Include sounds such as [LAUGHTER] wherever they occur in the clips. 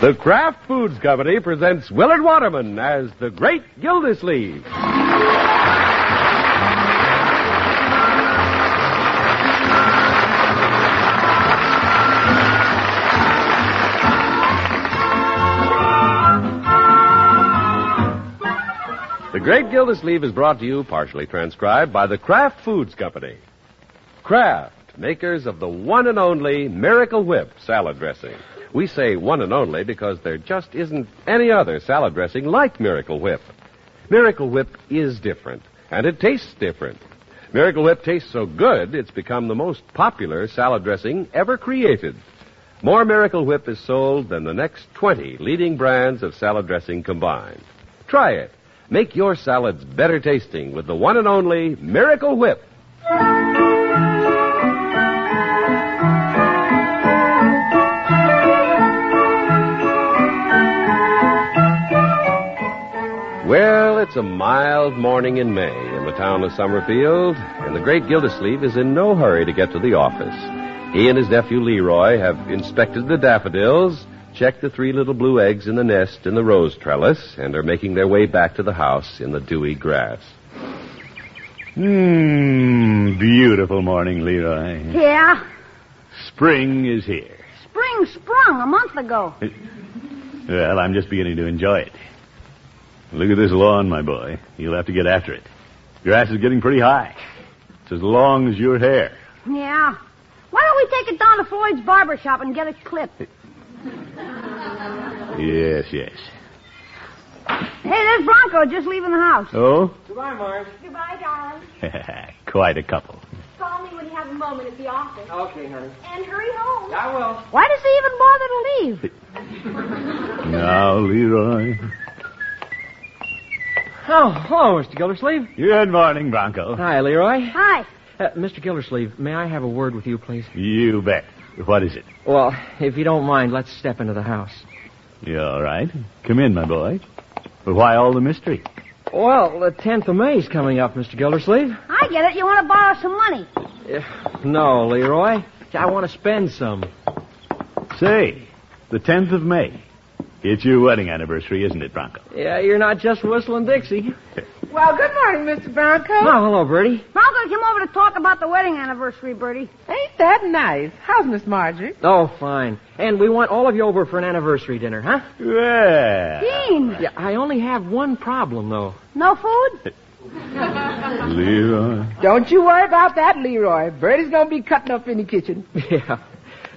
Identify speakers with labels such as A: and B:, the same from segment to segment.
A: The Kraft Foods Company presents Willard Waterman as the Great Gildersleeve. The Great Gildersleeve is brought to you, partially transcribed, by the Kraft Foods Company. Kraft, makers of the one and only Miracle Whip salad dressing. We say one and only because there just isn't any other salad dressing like Miracle Whip. Miracle Whip is different, and it tastes different. Miracle Whip tastes so good, it's become the most popular salad dressing ever created. More Miracle Whip is sold than the next 20 leading brands of salad dressing combined. Try it. Make your salads better tasting with the one and only Miracle Whip. Well, it's a mild morning in May in the town of Summerfield, and the great Gildersleeve is in no hurry to get to the office. He and his nephew Leroy have inspected the daffodils, checked the three little blue eggs in the nest in the rose trellis, and are making their way back to the house in the dewy grass.
B: Mmm, beautiful morning, Leroy.
C: Yeah.
B: Spring is here.
C: Spring sprung a month ago.
B: Well, I'm just beginning to enjoy it. Look at this lawn, my boy. You'll have to get after it. Grass is getting pretty high. It's as long as your hair.
C: Yeah. Why don't we take it down to Floyd's barber shop and get it clipped? Hey,
B: Yes, yes.
C: there's Bronco just leaving the house.
B: Oh? [LAUGHS]
D: Goodbye, Marge. Goodbye, darling.
B: Quite a couple.
D: Call me when you have a moment at the office. Okay, honey. And hurry home. I will.
C: Why does he even bother to leave?
B: Now, Leroy.
E: Oh, hello, Mr. Gildersleeve.
B: Good morning, Bronco.
E: Hi, Leroy.
C: Hi.
E: Uh, Mr. Gildersleeve, may I have a word with you, please?
B: You bet. What is it?
E: Well, if you don't mind, let's step into the house.
B: You all right? Come in, my boy. But why all the mystery?
E: Well, the 10th of May's coming up, Mr. Gildersleeve.
C: I get it. You want to borrow some money.
E: No, Leroy. I want to spend some.
B: Say, the 10th of May. It's your wedding anniversary, isn't it, Bronco?
E: Yeah, you're not just whistling Dixie.
F: Well, good morning, Mr.
E: Oh,
F: Bronco.
E: hello, Bertie.
C: Bronco came over to talk about the wedding anniversary, Bertie.
F: Ain't that nice? How's Miss Marjorie?
E: Oh, fine. And we want all of you over for an anniversary dinner, huh?
B: Well,
C: Dean,
E: Yeah, I only have one problem, though.
C: no food?
B: Leroy.
F: Don't you worry about that, Leroy. Bertie's gonna be cutting up in the kitchen.
E: [LAUGHS] Yeah.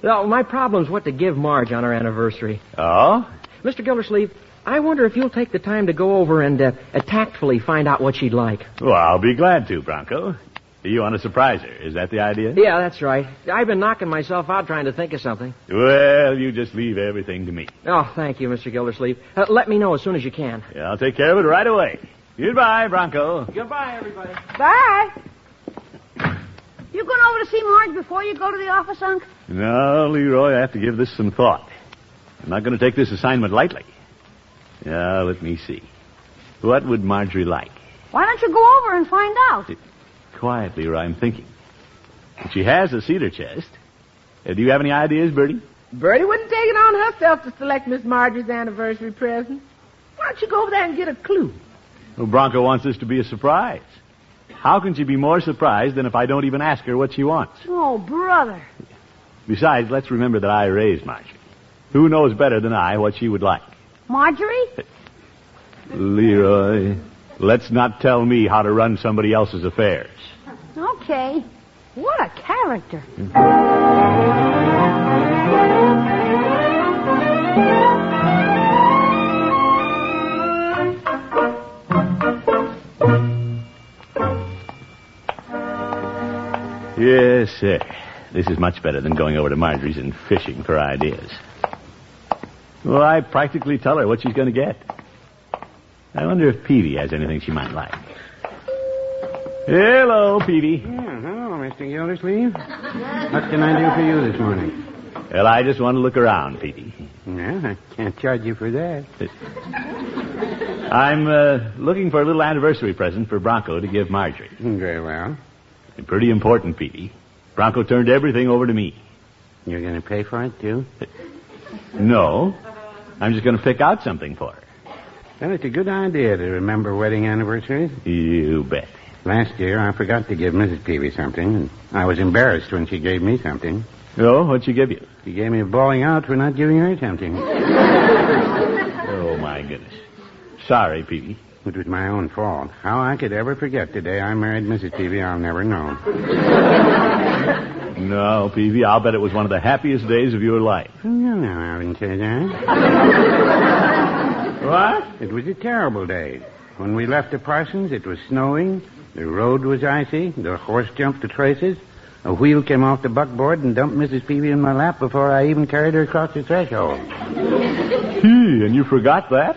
E: No, my problem's what to give Marge on her anniversary.
B: Oh?
E: Mr. Gildersleeve, I wonder if you'll take the time to go over and uh, uh, tactfully find out what she'd like.
B: Well, I'll be glad to, Bronco. You want to surprise her? Is that the idea?
E: Yeah, that's right. I've been knocking myself out trying to think of something.
B: Well, you just leave everything to me.
E: Oh, thank you, Mr. Gildersleeve. Uh, let me know as soon as you can.
B: Yeah, I'll take care of it right away. Goodbye, Bronco.
E: Goodbye, everybody.
F: Bye.
C: You going over to see Marge before you go to the office, Unc?
B: No, Leroy, I have to give this some thought. I'm not going to take this assignment lightly. Now, let me see. What would Marjorie like?
C: Why don't you go over and find out?
B: Quiet, Leroy, I'm thinking. She has a cedar chest. Uh, do you have any ideas, Bertie?
F: Bertie wouldn't take it on herself to select Miss Marjorie's anniversary present. Why don't you go over there and get a clue?
B: Well, Bronco wants this to be a surprise. How can she be more surprised than if I don't even ask her what she wants?
C: Oh, brother.
B: Besides, let's remember that I raised Marjorie. Who knows better than I what she would like?
C: Marjorie?
B: Leroy, let's not tell me how to run somebody else's affairs.
C: Okay. What a character.
B: Yes, sir. This is much better than going over to Marjorie's and fishing for ideas. Well, I practically tell her what she's going to get. I wonder if Peavy has anything she might like. Hello, Peavy.
G: hello, Mr. Uh-huh, Gildersleeve. What can I do for you this morning?
B: Well, I just want to look around, Peavy.
G: Well, I can't charge you for that.
B: I'm uh, looking for a little anniversary present for Bronco to give Marjorie.
G: Very well.
B: Pretty important, Peavy. Bronco turned everything over to me.
G: You're going to pay for it, too?
B: No, I'm just going to pick out something for her.
G: Well, it's a good idea to remember wedding anniversaries.
B: You bet.
G: Last year, I forgot to give Mrs. Peavy something, and I was embarrassed when she gave me something.
B: Oh, what'd she give you?
G: She gave me a bawling out for not giving her something.
B: Oh, my goodness. Sorry, Peavy.
G: It was my own fault. How I could ever forget the day I married Mrs. Peavy, I'll never know.
B: No, Peavy, I'll bet it was one of the happiest days of your life.
G: Well, no, no, I wouldn't say that.
B: What?
G: It was a terrible day. When we left the parson's, it was snowing. The road was icy. The horse jumped to traces. A wheel came off the buckboard and dumped Mrs. Peavy in my lap before I even carried her across the threshold.
B: Gee, and you forgot that?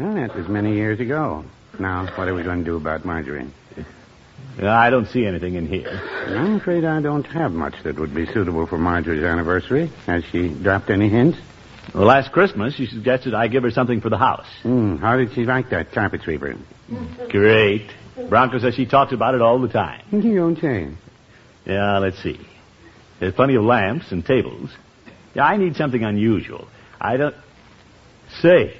G: Well, that was many years ago. Now, what are we going to do about Marjorie?
B: I don't see anything in here.
G: I'm afraid I don't have much that would be suitable for Marjorie's anniversary. Has she dropped any hints?
B: Well, last Christmas, she suggested I give her something for the house.
G: Hmm, how did she like that carpet sweeper?
B: Great. Bronco says she talks about it all the time.
G: You don't say.
B: Yeah, let's see. There's plenty of lamps and tables. Yeah, I need something unusual. I don't. Say,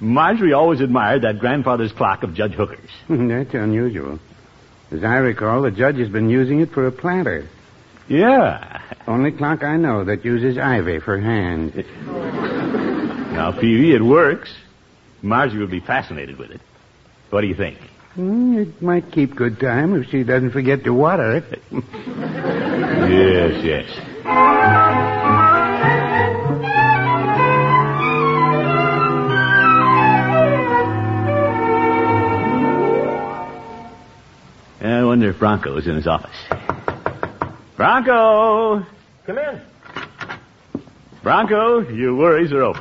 B: Marjorie always admired that grandfather's clock of Judge Hooker's.
G: [LAUGHS] That's unusual. As I recall, the judge has been using it for a platter.
B: Yeah.
G: Only clock I know that uses ivy for hands.
B: Now, Peavy, it works. Marjorie would be fascinated with it. What do you think?
G: Hmm, it might keep good time if she doesn't forget to water it. [LAUGHS]
B: Yes, yes. I wonder if Bronco is in his office. Bronco!
H: Come in.
B: Bronco, your worries are over.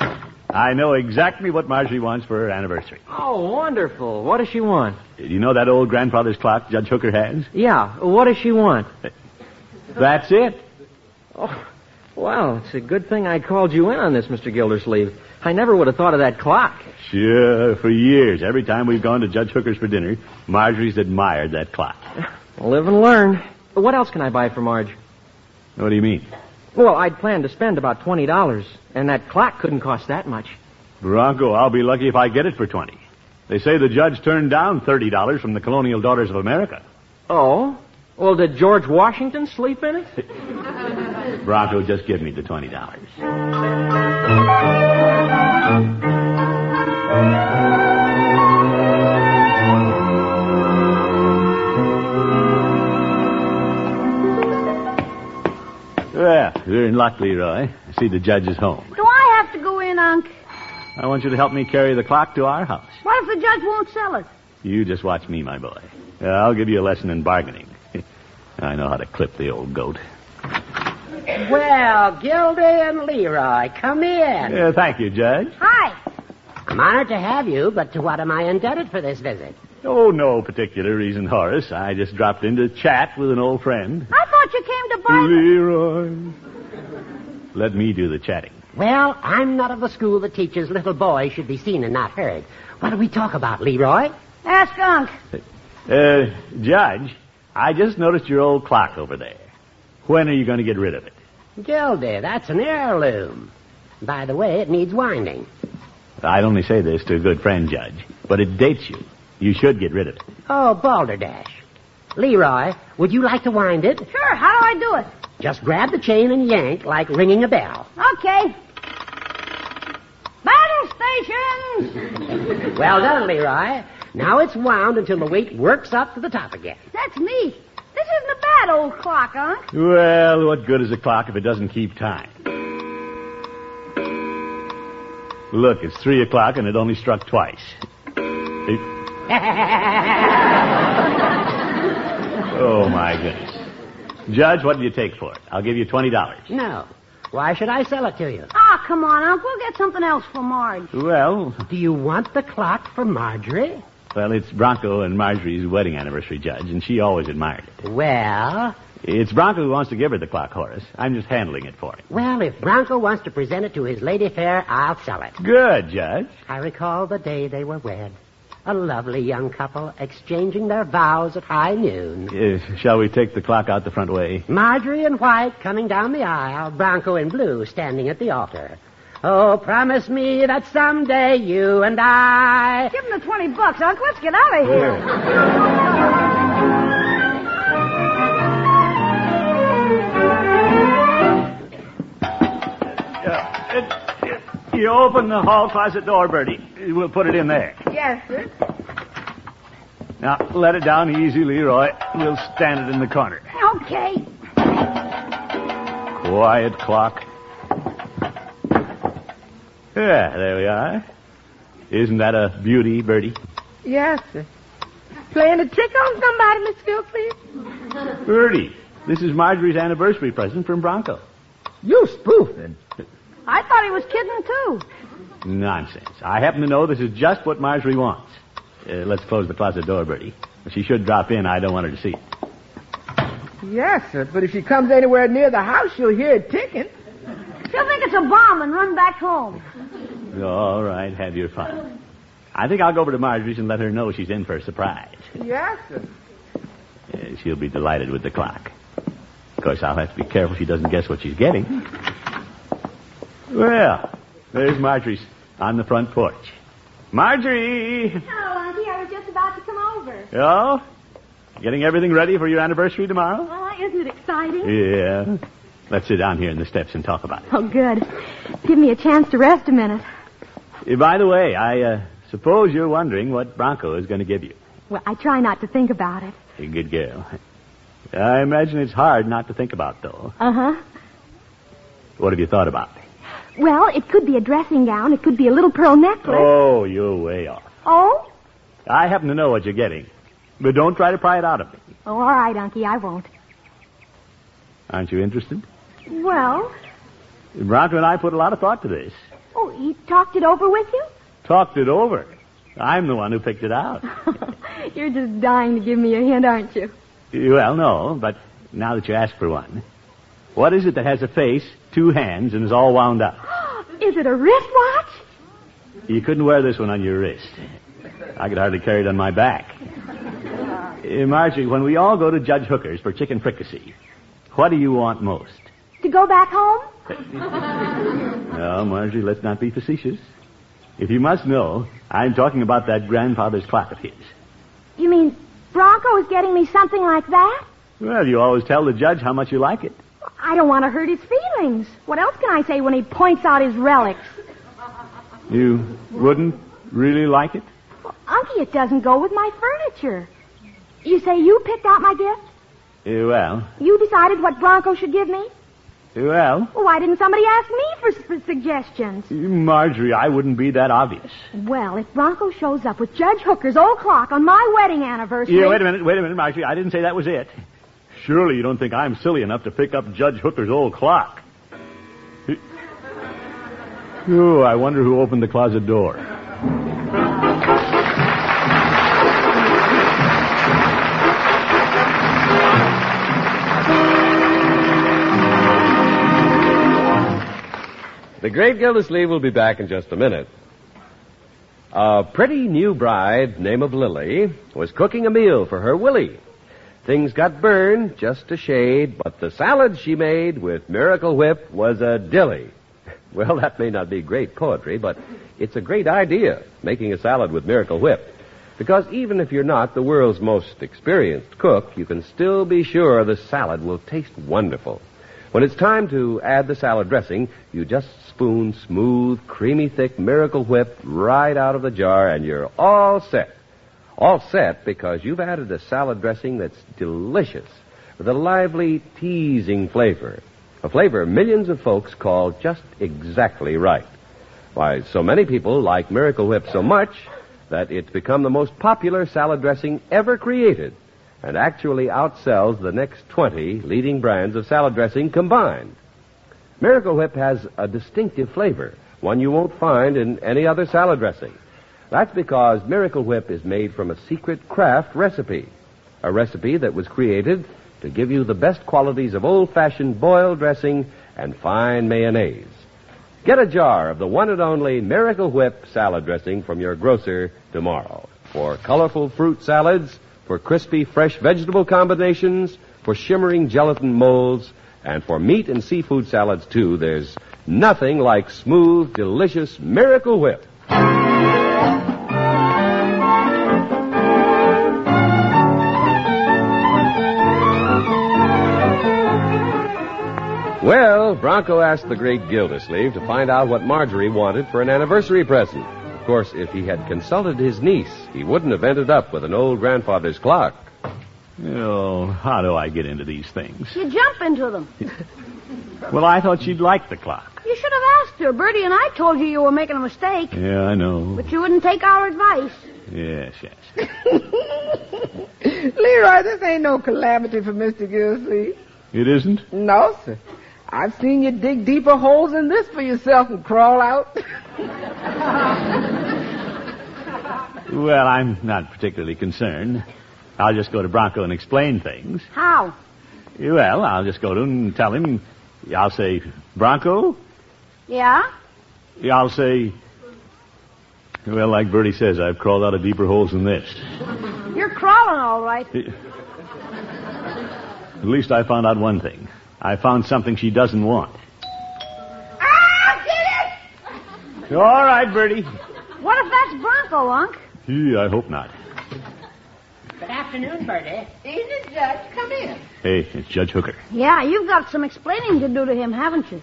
B: I know exactly what Marjorie wants for her anniversary.
E: Oh, wonderful. What does she want?
B: You know that old grandfather's clock Judge Hooker has?
E: Yeah, what does she want?
B: That's it.
E: Oh, well, it's a good thing I called you in on this, Mr. Gildersleeve. I never would have thought of that clock.
B: Sure, for years, every time we've gone to Judge Hooker's for dinner, Marjorie's admired that clock.
E: Live and learn. What else can I buy for Marge?
B: What do you mean?
E: Well, I'd planned to spend about $20, and that clock couldn't cost that much.
B: Bronco, I'll be lucky if I get it for 20. They say the judge turned down $30 from the Colonial Daughters of America.
E: Oh? Well, did George Washington sleep in it?
B: Bronco, just give me the $20. Well, you're in luck, Leroy. I see the judge is home.
C: Do I have to go in, Unc?
B: I want you to help me carry the clock to our house.
C: What if the judge won't sell us?
B: You just watch me, my boy. Uh, I'll give you a lesson in bargaining. [LAUGHS] I know how to clip the old goat.
I: Well, Gildy and Leroy, come in.
B: Uh, thank you, Judge.
C: Hi.
I: I'm honored to have you, but to what am I indebted for this visit?
B: Oh, no particular reason, Horace. I just dropped in to chat with an old friend.
C: I thought you came to buy.
B: Leroy. Let me do the chatting.
I: Well, I'm not of the school that teaches little boys should be seen and not heard. What do we talk about, Leroy?
C: Ask Unc.
B: Uh, Judge, I just noticed your old clock over there. When are you going to get rid of it?
I: Gildy, that's an heirloom. By the way, it needs winding.
B: I'd only say this to a good friend, Judge, but it dates you. You should get rid of it.
I: Oh, balderdash. Leroy, would you like to wind it?
C: Sure. How do I do it?
I: Just grab the chain and yank like ringing a bell.
C: Okay. Battle stations.
I: Well done, Leroy. Now it's wound until the weight works up to the top again.
C: That's neat. This isn't a bad old clock, Unc.
B: Well, what good is a clock if it doesn't keep time? Look, it's three o'clock and it only struck twice. It- Oh, my goodness. Judge, what do you take for it? I'll give you $20.
I: No. Why should I sell it to you?
C: Ah, come on, Unc. We'll get something else for Marge.
B: Well,
I: Do you want the clock for Marjorie?
B: well, it's Bronco and Marjorie's wedding anniversary, Judge, and she always admired it.
I: Well,
B: It's Bronco who wants to give her the clock, Horace. I'm just handling it for him.
I: well, if Bronco wants to present it to his lady fair, I'll sell it.
B: Good, Judge.
I: I recall the day they were wed. A lovely young couple exchanging their vows at high noon.
B: Uh, shall we take the clock out the front way?
I: Marjorie in white coming down the aisle, Bronco in blue standing at the altar. Oh, promise me that someday you and I.
C: Give him the 20 bucks, Unc. Let's get out of here.
B: You open the hall closet door, Bertie. We'll put it in there.
F: Yes, sir.
B: Now, let it down easy, Leroy. We'll stand it in the corner.
C: Okay.
B: Quiet clock. Yeah, there we are. Isn't that a beauty, Bertie?
F: Yes, sir. Playing a trick on somebody, Miss Philcleave?
B: Bertie, this is Marjorie's anniversary present from Bronco.
E: You spoofing.
C: I thought he was kidding, too.
B: Nonsense. I happen to know this is just what Marjorie wants. Uh, let's close the closet door, Bertie. She should drop in. I don't want her to see it.
F: Yes, sir. But if she comes anywhere near the house, she'll hear it ticking.
C: She'll think it's a bomb and run back home.
B: All right, have your fun. I think I'll go over to Marjorie's and let her know she's in for a surprise.
F: Yes, sir.
B: Uh, she'll be delighted with the clock. Of course, I'll have to be careful she doesn't guess what she's getting. Well, there's Marjorie's on the front porch. Marjorie!
D: Hello, Auntie. I was just about to come over.
B: Oh? Getting everything ready for your anniversary tomorrow?
D: Well, isn't it exciting?
B: Yeah. Let's sit down here in the steps and talk about it.
D: Oh, good. Give me a chance to rest a minute.
B: Uh, by the way, I uh, suppose you're wondering what Bronco is going to give you.
D: Well, I try not to think about it.
B: A good girl. I imagine it's hard not to think about, though.
D: Uh huh.
B: What have you thought about?
D: Well, it could be a dressing gown. It could be a little pearl necklace.
B: Oh, you're way off.
D: Oh?
B: I happen to know what you're getting. But don't try to pry it out of me.
D: Oh, all right, Unky. I won't.
B: Aren't you interested?
D: Well,
B: Bronco and I put a lot of thought to this.
D: oh, he talked it over with you? [LAUGHS]
B: Talked it over. I'm the one who picked it out.
D: You're just dying to give me a hint, aren't you?
B: well, no, but now that you ask for one, what is it that has a face, two hands, and is all wound up?
D: Is it a wristwatch?
B: You couldn't wear this one on your wrist. I could hardly carry it on my back. Uh, Marjorie, when we all go to Judge Hooker's for chicken fricassee, what do you want most?
D: To go back home?
B: No, Marjorie, let's not be facetious. If you must know, I'm talking about that grandfather's clock of his.
D: You mean Bronco is getting me something like that?
B: Well, you always tell the judge how much you like it.
D: I don't want to hurt his feelings. What else can I say when he points out his relics?
B: You wouldn't really like it?
D: Well, Unky, it doesn't go with my furniture. You say you picked out my gift?
B: Eh, Well,
D: You decided what Bronco should give me?
B: eh, well,
D: Well, why didn't somebody ask me for, for suggestions?
B: Marjorie, I wouldn't be that obvious.
D: Well, if Bronco shows up with Judge Hooker's old clock on my wedding anniversary.
B: Yeah, wait a minute, wait a minute, Marjorie. I didn't say that was it. Surely you don't think I'm silly enough to pick up Judge Hooker's old clock. Oh, I wonder who opened the closet door.
A: The great Gildersleeve will be back in just a minute. A pretty new bride, name of Lily, was cooking a meal for her Willie. Things got burned just a shade, but the salad she made with Miracle Whip was a dilly. [LAUGHS] Well, that may not be great poetry, but it's a great idea, making a salad with Miracle Whip. Because even if you're not the world's most experienced cook, you can still be sure the salad will taste wonderful. When it's time to add the salad dressing, you just spoon smooth, creamy thick Miracle Whip right out of the jar and you're all set. All set because you've added a salad dressing that's delicious with a lively, teasing flavor. A flavor millions of folks call just exactly right. Why, so many people like Miracle Whip so much that it's become the most popular salad dressing ever created and actually outsells the next 20 leading brands of salad dressing combined. Miracle Whip has a distinctive flavor, one you won't find in any other salad dressing. That's because Miracle Whip is made from a secret craft recipe, a recipe that was created to give you the best qualities of old fashioned boiled dressing and fine mayonnaise. Get a jar of the one and only Miracle Whip salad dressing from your grocer tomorrow for colorful fruit salads, for crispy fresh vegetable combinations, for shimmering gelatin molds, and for meat and seafood salads too. There's nothing like smooth, delicious Miracle Whip. Well, Bronco asked the great Gildersleeve to find out what Marjorie wanted for an anniversary present. Of course, if he had consulted his niece, he wouldn't have ended up with an old grandfather's clock.
B: Oh, how do I get into these things?
C: You jump into them.
B: Well, I thought she'd like the clock.
C: You should have asked her. Bertie and I told you you were making a mistake,
B: Yeah, I know.
C: but you wouldn't take our advice.
B: Yes, yes.
F: Leroy, this ain't no calamity for Mr. Gilsey.
B: It isn't?
F: No, sir. I've seen you dig deeper holes than this for yourself and crawl out.
B: Well, I'm not particularly concerned. I'll just go to Bronco and explain things.
C: How?
B: Well, I'll just go to him and tell him. I'll say, Bronco?
C: Yeah?
B: I'll say, well, like Bertie says, I've crawled out of deeper holes than this.
C: You're crawling all right.
B: At least I found out one thing. I found something she doesn't want.
C: Ah, get
B: All right, Bertie.
C: it! What if that's Bronco, Unc?
B: Gee, I hope not.
I: Good afternoon, Bertie.
F: Evening, Judge. Come in.
B: Hey, it's Judge Hooker.
C: Yeah, you've got some explaining to do to him, haven't you?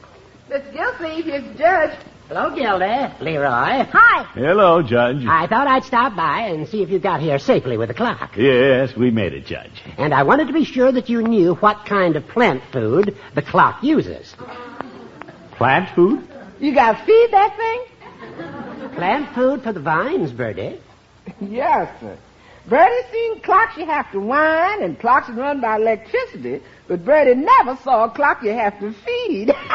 F: Mr. Gilsey, here's Judge.
I: Hello, Gilda. Leroy.
C: Hi.
B: Hello, Judge.
I: I thought I'd stop by and see if you got here safely with the clock.
B: Yes, we made it, Judge.
I: And I wanted to be sure that you knew what kind of plant food the clock uses.
B: Plant food?
F: You got to feed that thing?
I: Plant food for the vines, Bertie.
F: [LAUGHS] Yes, sir. Bertie seen clocks you have to wind and clocks that run by electricity, but Bertie never saw a clock you have to feed. [LAUGHS]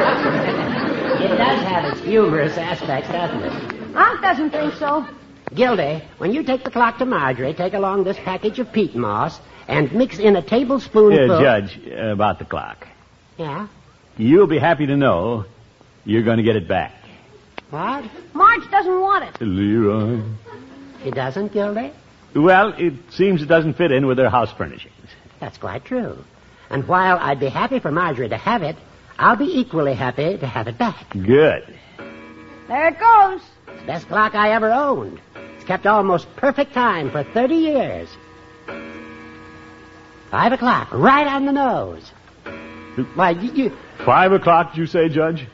I: It does have its humorous aspects, doesn't it?
C: Unc doesn't think so.
I: Gildy, when you take the clock to Marjorie, take along this package of peat moss and mix in a tablespoonful.
B: Yeah, Judge, about the clock.
I: Yeah?
B: You'll be happy to know you're going to get it back.
I: What?
C: Marge doesn't want it.
B: Leroy.
I: She doesn't, Gildy?
B: Well, it seems it doesn't fit in with their house furnishings.
I: That's quite true. And while I'd be happy for Marjorie to have it, I'll be equally happy to have it back.
B: Good.
C: There it goes.
I: It's the best clock I ever owned. It's kept almost perfect time for 30 years. Five o'clock, right on the nose. Why, you, you,
B: Five o'clock, you say, Judge?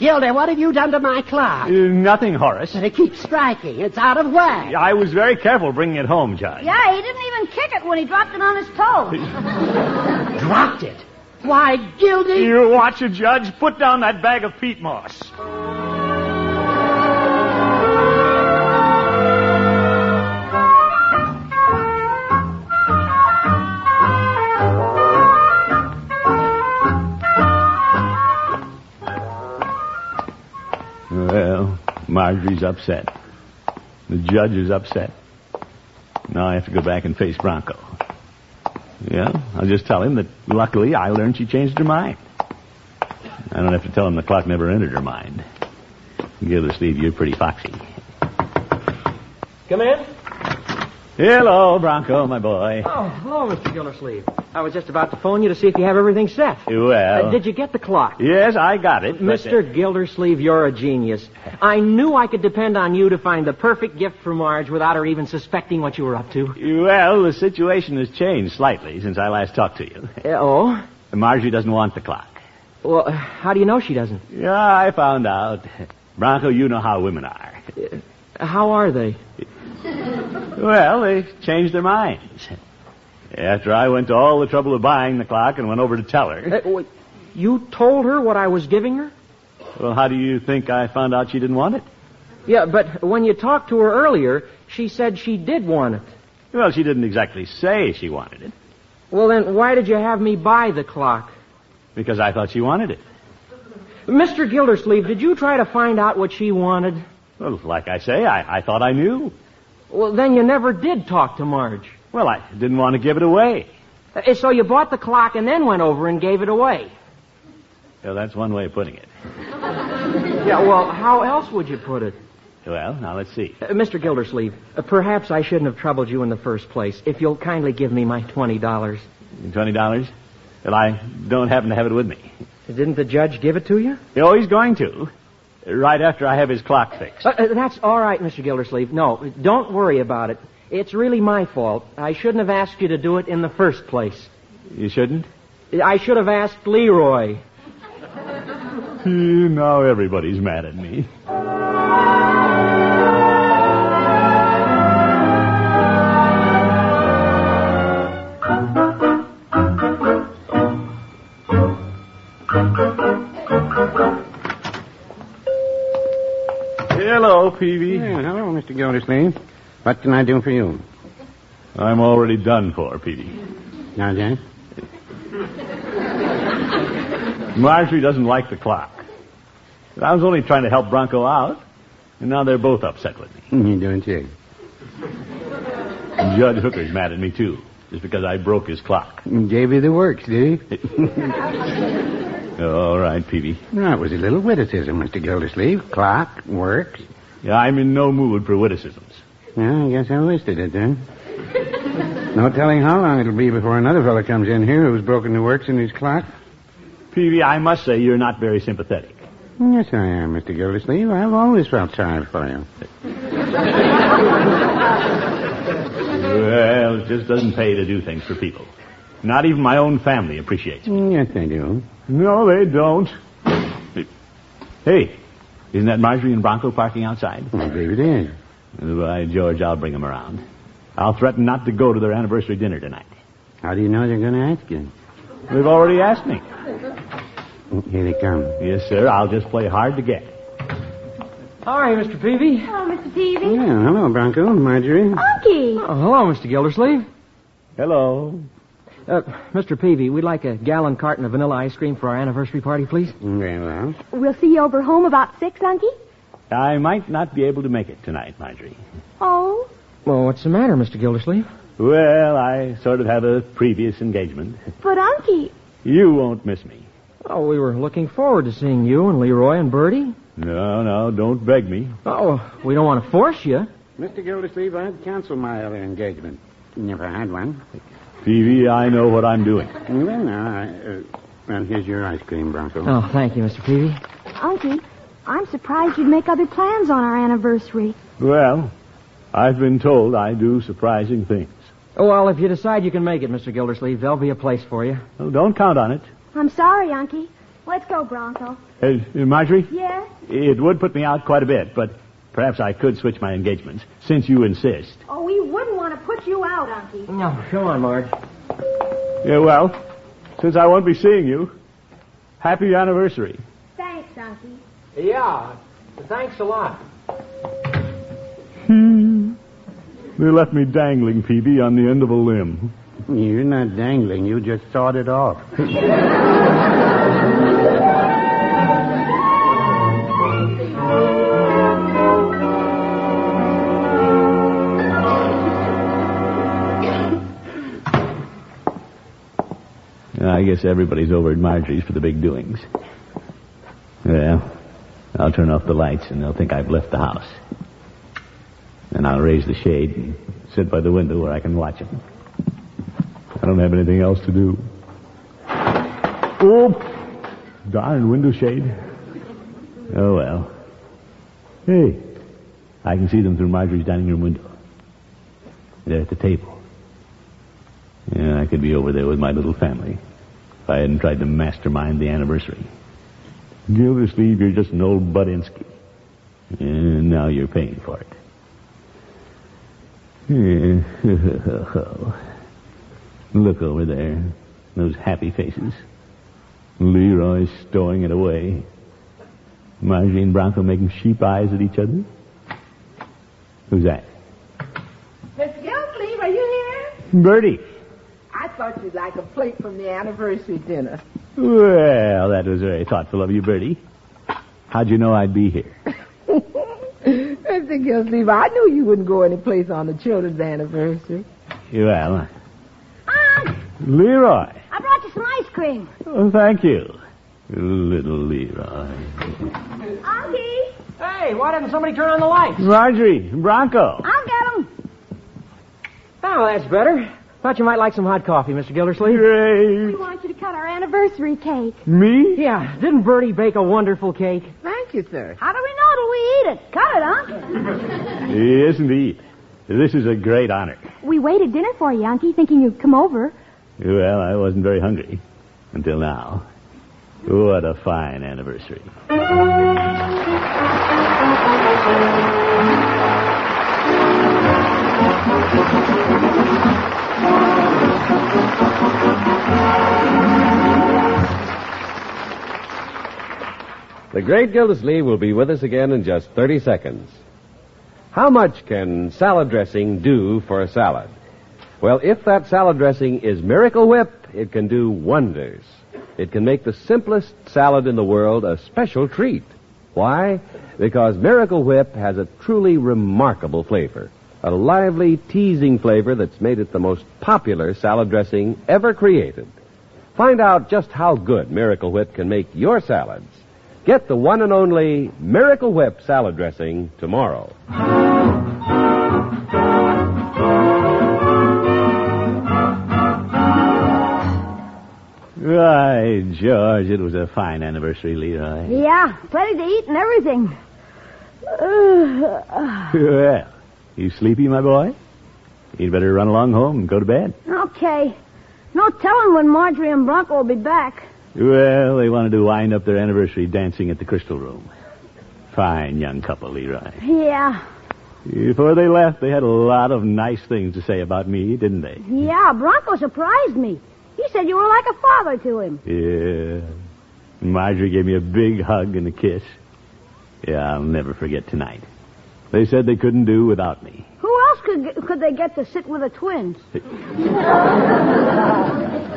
I: Gilda, what have you done to my clock?
B: Uh, nothing, Horace.
I: It keeps striking. It's out of whack.
B: I was very careful bringing it home, Judge.
C: Yeah, he didn't even kick it when he dropped it on his toe.
I: [LAUGHS] Dropped it. Why, Gildy?
B: You watch it, Judge. Put down that bag of peat moss. Well, Marjorie's upset. The judge is upset. Now I have to go back and face Bronco. Yeah, I'll just tell him that luckily I learned she changed her mind. I don't have to tell him the clock never entered her mind. Gildersleeve, you're pretty foxy.
E: Come in.
B: Hello, Bronco, my boy.
E: Oh, hello, Mr. Gildersleeve. I was just about to phone you to see if you have everything set.
B: Well,
E: Uh, did you get the clock?
B: yes, I got it. but, uh,
E: Mr. Gildersleeve, you're a genius. I knew I could depend on you to find the perfect gift for Marge without her even suspecting what you were up to.
B: well, the situation has changed slightly since I last talked to you. [LAUGHS]
E: Uh, oh?
B: Marjorie doesn't want the clock.
E: Well, uh, how do you know she doesn't?
B: Yeah, I found out. Bronco, you know how women are.
E: How are they?
B: Well, they changed their minds. After I went to all the trouble of buying the clock and went over to tell her.
E: Uh, wait, you told her what I was giving her?
B: Well, how do you think I found out she didn't want it?
E: Yeah, but when you talked to her earlier, she said she did want it.
B: Well, she didn't exactly say she wanted it.
E: Well, then why did you have me buy the clock?
B: Because I thought she wanted it.
E: Mr. Gildersleeve, did you try to find out what she wanted?
B: Well, like I say, I, I thought I knew.
E: Well, then you never did talk to Marge.
B: Well, I didn't want to give it away.
E: Uh, So you bought the clock and then went over and gave it away.
B: Well, that's one way of putting it.
E: Yeah, well, how else would you put it?
B: Well, now let's see.
E: Uh, Mr. Gildersleeve, uh, perhaps I shouldn't have troubled you in the first place. If you'll kindly give me my $20.
B: Twenty dollars? Well, I don't happen to have it with me.
E: Didn't the judge give it to you?
B: Oh, he's going to. Right after I have his clock fixed.
E: Uh, uh, that's all right, Mr. Gildersleeve. No, don't worry about it. It's really my fault. I shouldn't have asked you to do it in the first place.
B: You shouldn't?
E: I should have asked Leroy.
B: Hmm, Now everybody's mad at me. Hello, Peavy.
G: Yeah, hello, Mr. Gildersleeve. What can I do for you?
B: I'm already done for, Peavy.
G: Now, then?
B: Marjorie doesn't like the clock. But I was only trying to help Bronco out, and now they're both upset with me.
G: [LAUGHS] You don't say.
B: And Judge Hooker's mad at me, too, just because I broke his clock.
G: Gave you the works, did he?
B: All right, Peavy.
G: That was a little witticism, Mr. Gildersleeve. Clock, works.
B: Yeah, I'm in no mood for witticisms.
G: Well, I guess I wasted it then. No telling how long it'll be before another fellow comes in here who's broken the works in his clock.
B: Peavy, I must say you're not very sympathetic.
G: Yes, I am, Mr. Gildersleeve. I've always felt sorry for you.
B: Well, it just doesn't pay to do things for people. Not even my own family appreciates it.
G: Yes, I do.
B: No, they don't. Hey, isn't that Marjorie and Bronco parking outside?
G: I believe it is.
B: By George, I'll bring them around. I'll threaten not to go to their anniversary dinner tonight.
G: How do you know they're going to ask you?
B: They've already asked me.
G: Oh, Here they come.
B: Yes, sir. I'll just play hard to get.
E: Hi, Mr. Peavy.
D: Hello, Mr. Peavy.
G: Yeah, hello, Bronco, Marjorie.
D: Monkey.
E: Oh, hello, Mr. Gildersleeve.
B: Hello.
E: Uh, Mr. Peavy, we'd like a gallon carton of vanilla ice cream for our anniversary party, please.
G: Very well.
D: We'll see you over home about six, Unky.
B: I might not be able to make it tonight, Marjorie.
D: Oh.
E: Well, what's the matter, Mr. Gildersleeve?
B: Well, I sort of have a previous engagement.
D: But Unky.
B: You won't miss me.
E: Oh, we were looking forward to seeing you and Leroy and Bertie.
B: No, no, don't beg me.
E: Oh, we don't want to force you.
G: Mr. Gildersleeve, I'd cancel my other engagement. Never had one.
B: Peavy, I know what I'm doing.
G: Well, now, I, uh, well, here's your ice cream, Bronco.
E: Oh, thank you, Mr. Peavy.
D: Unky, I'm surprised you'd make other plans on our anniversary.
B: Well, I've been told I do surprising things.
E: Oh, Well, if you decide you can make it, Mr. Gildersleeve, there'll be a place for you.
B: Well, don't count on it.
D: I'm sorry, Unky. Let's go, Bronco.
B: Hey, Uh, Marjorie,
D: Yes?
B: it would put me out quite a bit, but perhaps I could switch my engagements, since you insist.
D: Oh, we wouldn't want to put you out, Unky.
E: No, come on, Marge.
B: Yeah, Uh, well, since I won't be seeing you, happy anniversary.
D: Thanks, Unky.
E: Yeah, thanks a lot.
B: They left me dangling, Peavy, on the end of a limb.
G: You're not dangling. You just sawed it off.
B: I guess everybody's over at Marjorie's for the big doings. Well, I'll turn off the lights and they'll think I've left the house. Then I'll raise the shade and sit by the window where I can watch them. I don't have anything else to do. Oh, darn window shade. Oh well. Hey, I can see them through Marjorie's dining room window. They're at the table. Yeah, I could be over there with my little family if I hadn't tried to mastermind the anniversary. Gildersleeve, you're just an old Budinsky. And now you're paying for it. [LAUGHS] Yeah. Look over there. Those happy faces. Leroy's stowing it away. Marjorie and Bronco making sheep eyes at each other. Who's that?
F: Mr. Gildersleeve, are you here?
B: Bertie.
F: [LAUGHS] I thought you'd like a plate from the anniversary dinner.
B: Well, that was very thoughtful of you, Bertie. How'd you know I'd be here?
F: Mr. Gillsleeve, I knew you wouldn't go any place on the children's anniversary.
B: Well,
C: Aunt,
B: Leroy.
C: I brought you some ice cream.
B: Oh, thank you. Little Leroy.
C: Auntie,
E: Hey, why didn't somebody turn on the lights?
B: Marjorie, Bronco.
C: I'll get 'em.
E: Oh, that's better. Thought you might like some hot coffee, Mr. Gildersleeve.
B: Great.
C: We want you to cut our anniversary cake.
B: Me?
E: Yeah, didn't Bertie bake a wonderful cake?
F: Thank you, sir.
C: How do we know till we eat it? Cut it, Unc.
B: Yes, indeed. This is a great honor.
D: We waited dinner for you, Unky, thinking you'd come over.
B: Well, I wasn't very hungry until now. What a fine anniversary.
A: The great Gildersleeve will be with us again in just 30 seconds. How much can salad dressing do for a salad? Well, if that salad dressing is Miracle Whip, it can do wonders. It can make the simplest salad in the world a special treat. Why? Because Miracle Whip has a truly remarkable flavor. A lively, teasing flavor that's made it the most popular salad dressing ever created. Find out just how good Miracle Whip can make your salads. Get the one and only Miracle Whip salad dressing tomorrow.
B: Why, George, it was a fine anniversary, Leroy.
C: Yeah, plenty to eat and everything. [SIGHS] Uh, Ugh.
B: [LAUGHS] Well, you sleepy, my boy? You'd better run along home and go to bed.
C: okay. No telling when Marjorie and Bronco will be back.
B: Well, they wanted to wind up their anniversary dancing at the Crystal Room. Fine young couple, Leroy.
C: Yeah.
B: Before they left, they had a lot of nice things to say about me, didn't they?
C: Yeah, Bronco surprised me. He said you were like a father to him.
B: Yeah. Marjorie gave me a big hug and a kiss. Yeah, I'll never forget tonight. They said they couldn't do without me.
C: Who else could could they get to sit with the twins?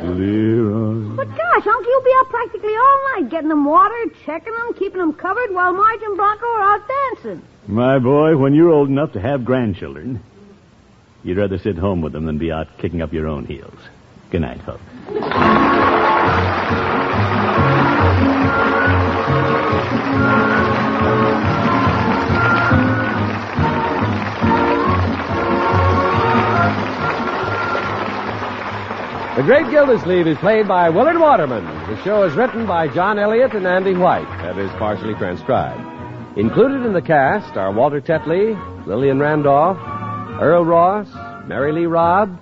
B: Leroy.
C: But gosh, Uncle, you'll be up practically all night getting them water, checking them, keeping them covered while Marge and Bronco are out dancing.
B: My boy, when you're old enough to have grandchildren, you'd rather sit home with them than be out kicking up your own heels. Good night, folks.
A: The Great Gildersleeve is played by Willard Waterman. The show is written by John Elliott and Andy White and is partially transcribed. Included in the cast are Walter Tetley, Lillian Randolph, Earl Ross, Mary Lee Robb,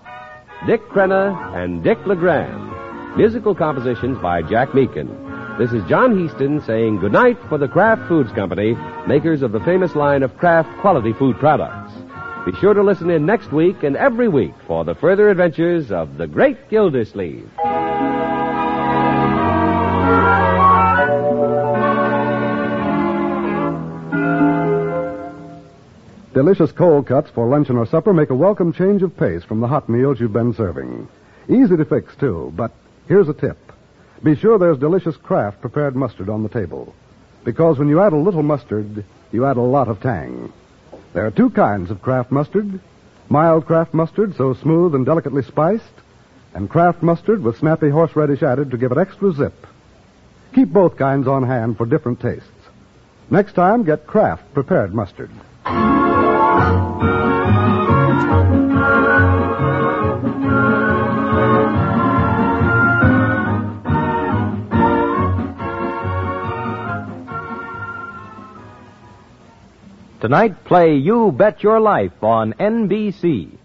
A: Dick Crenna, and Dick LeGrand. Musical compositions by Jack Meakin. This is John Heaston saying goodnight for the Kraft Foods Company, makers of the famous line of Kraft quality food products. Be sure to listen in next week and every week for the further adventures of the Great Gildersleeve.
H: Delicious cold cuts for luncheon or supper make a welcome change of pace from the hot meals you've been serving. Easy to fix, too, but here's a tip. Be sure there's delicious Kraft prepared mustard on the table. Because when you add a little mustard, you add a lot of tang. There are two kinds of Kraft mustard. Mild Kraft mustard, so smooth and delicately spiced, and Kraft mustard with snappy horseradish added to give it extra zip. Keep both kinds on hand for different tastes. Next time, get Kraft prepared mustard.
J: Tonight, play You Bet Your Life on NBC.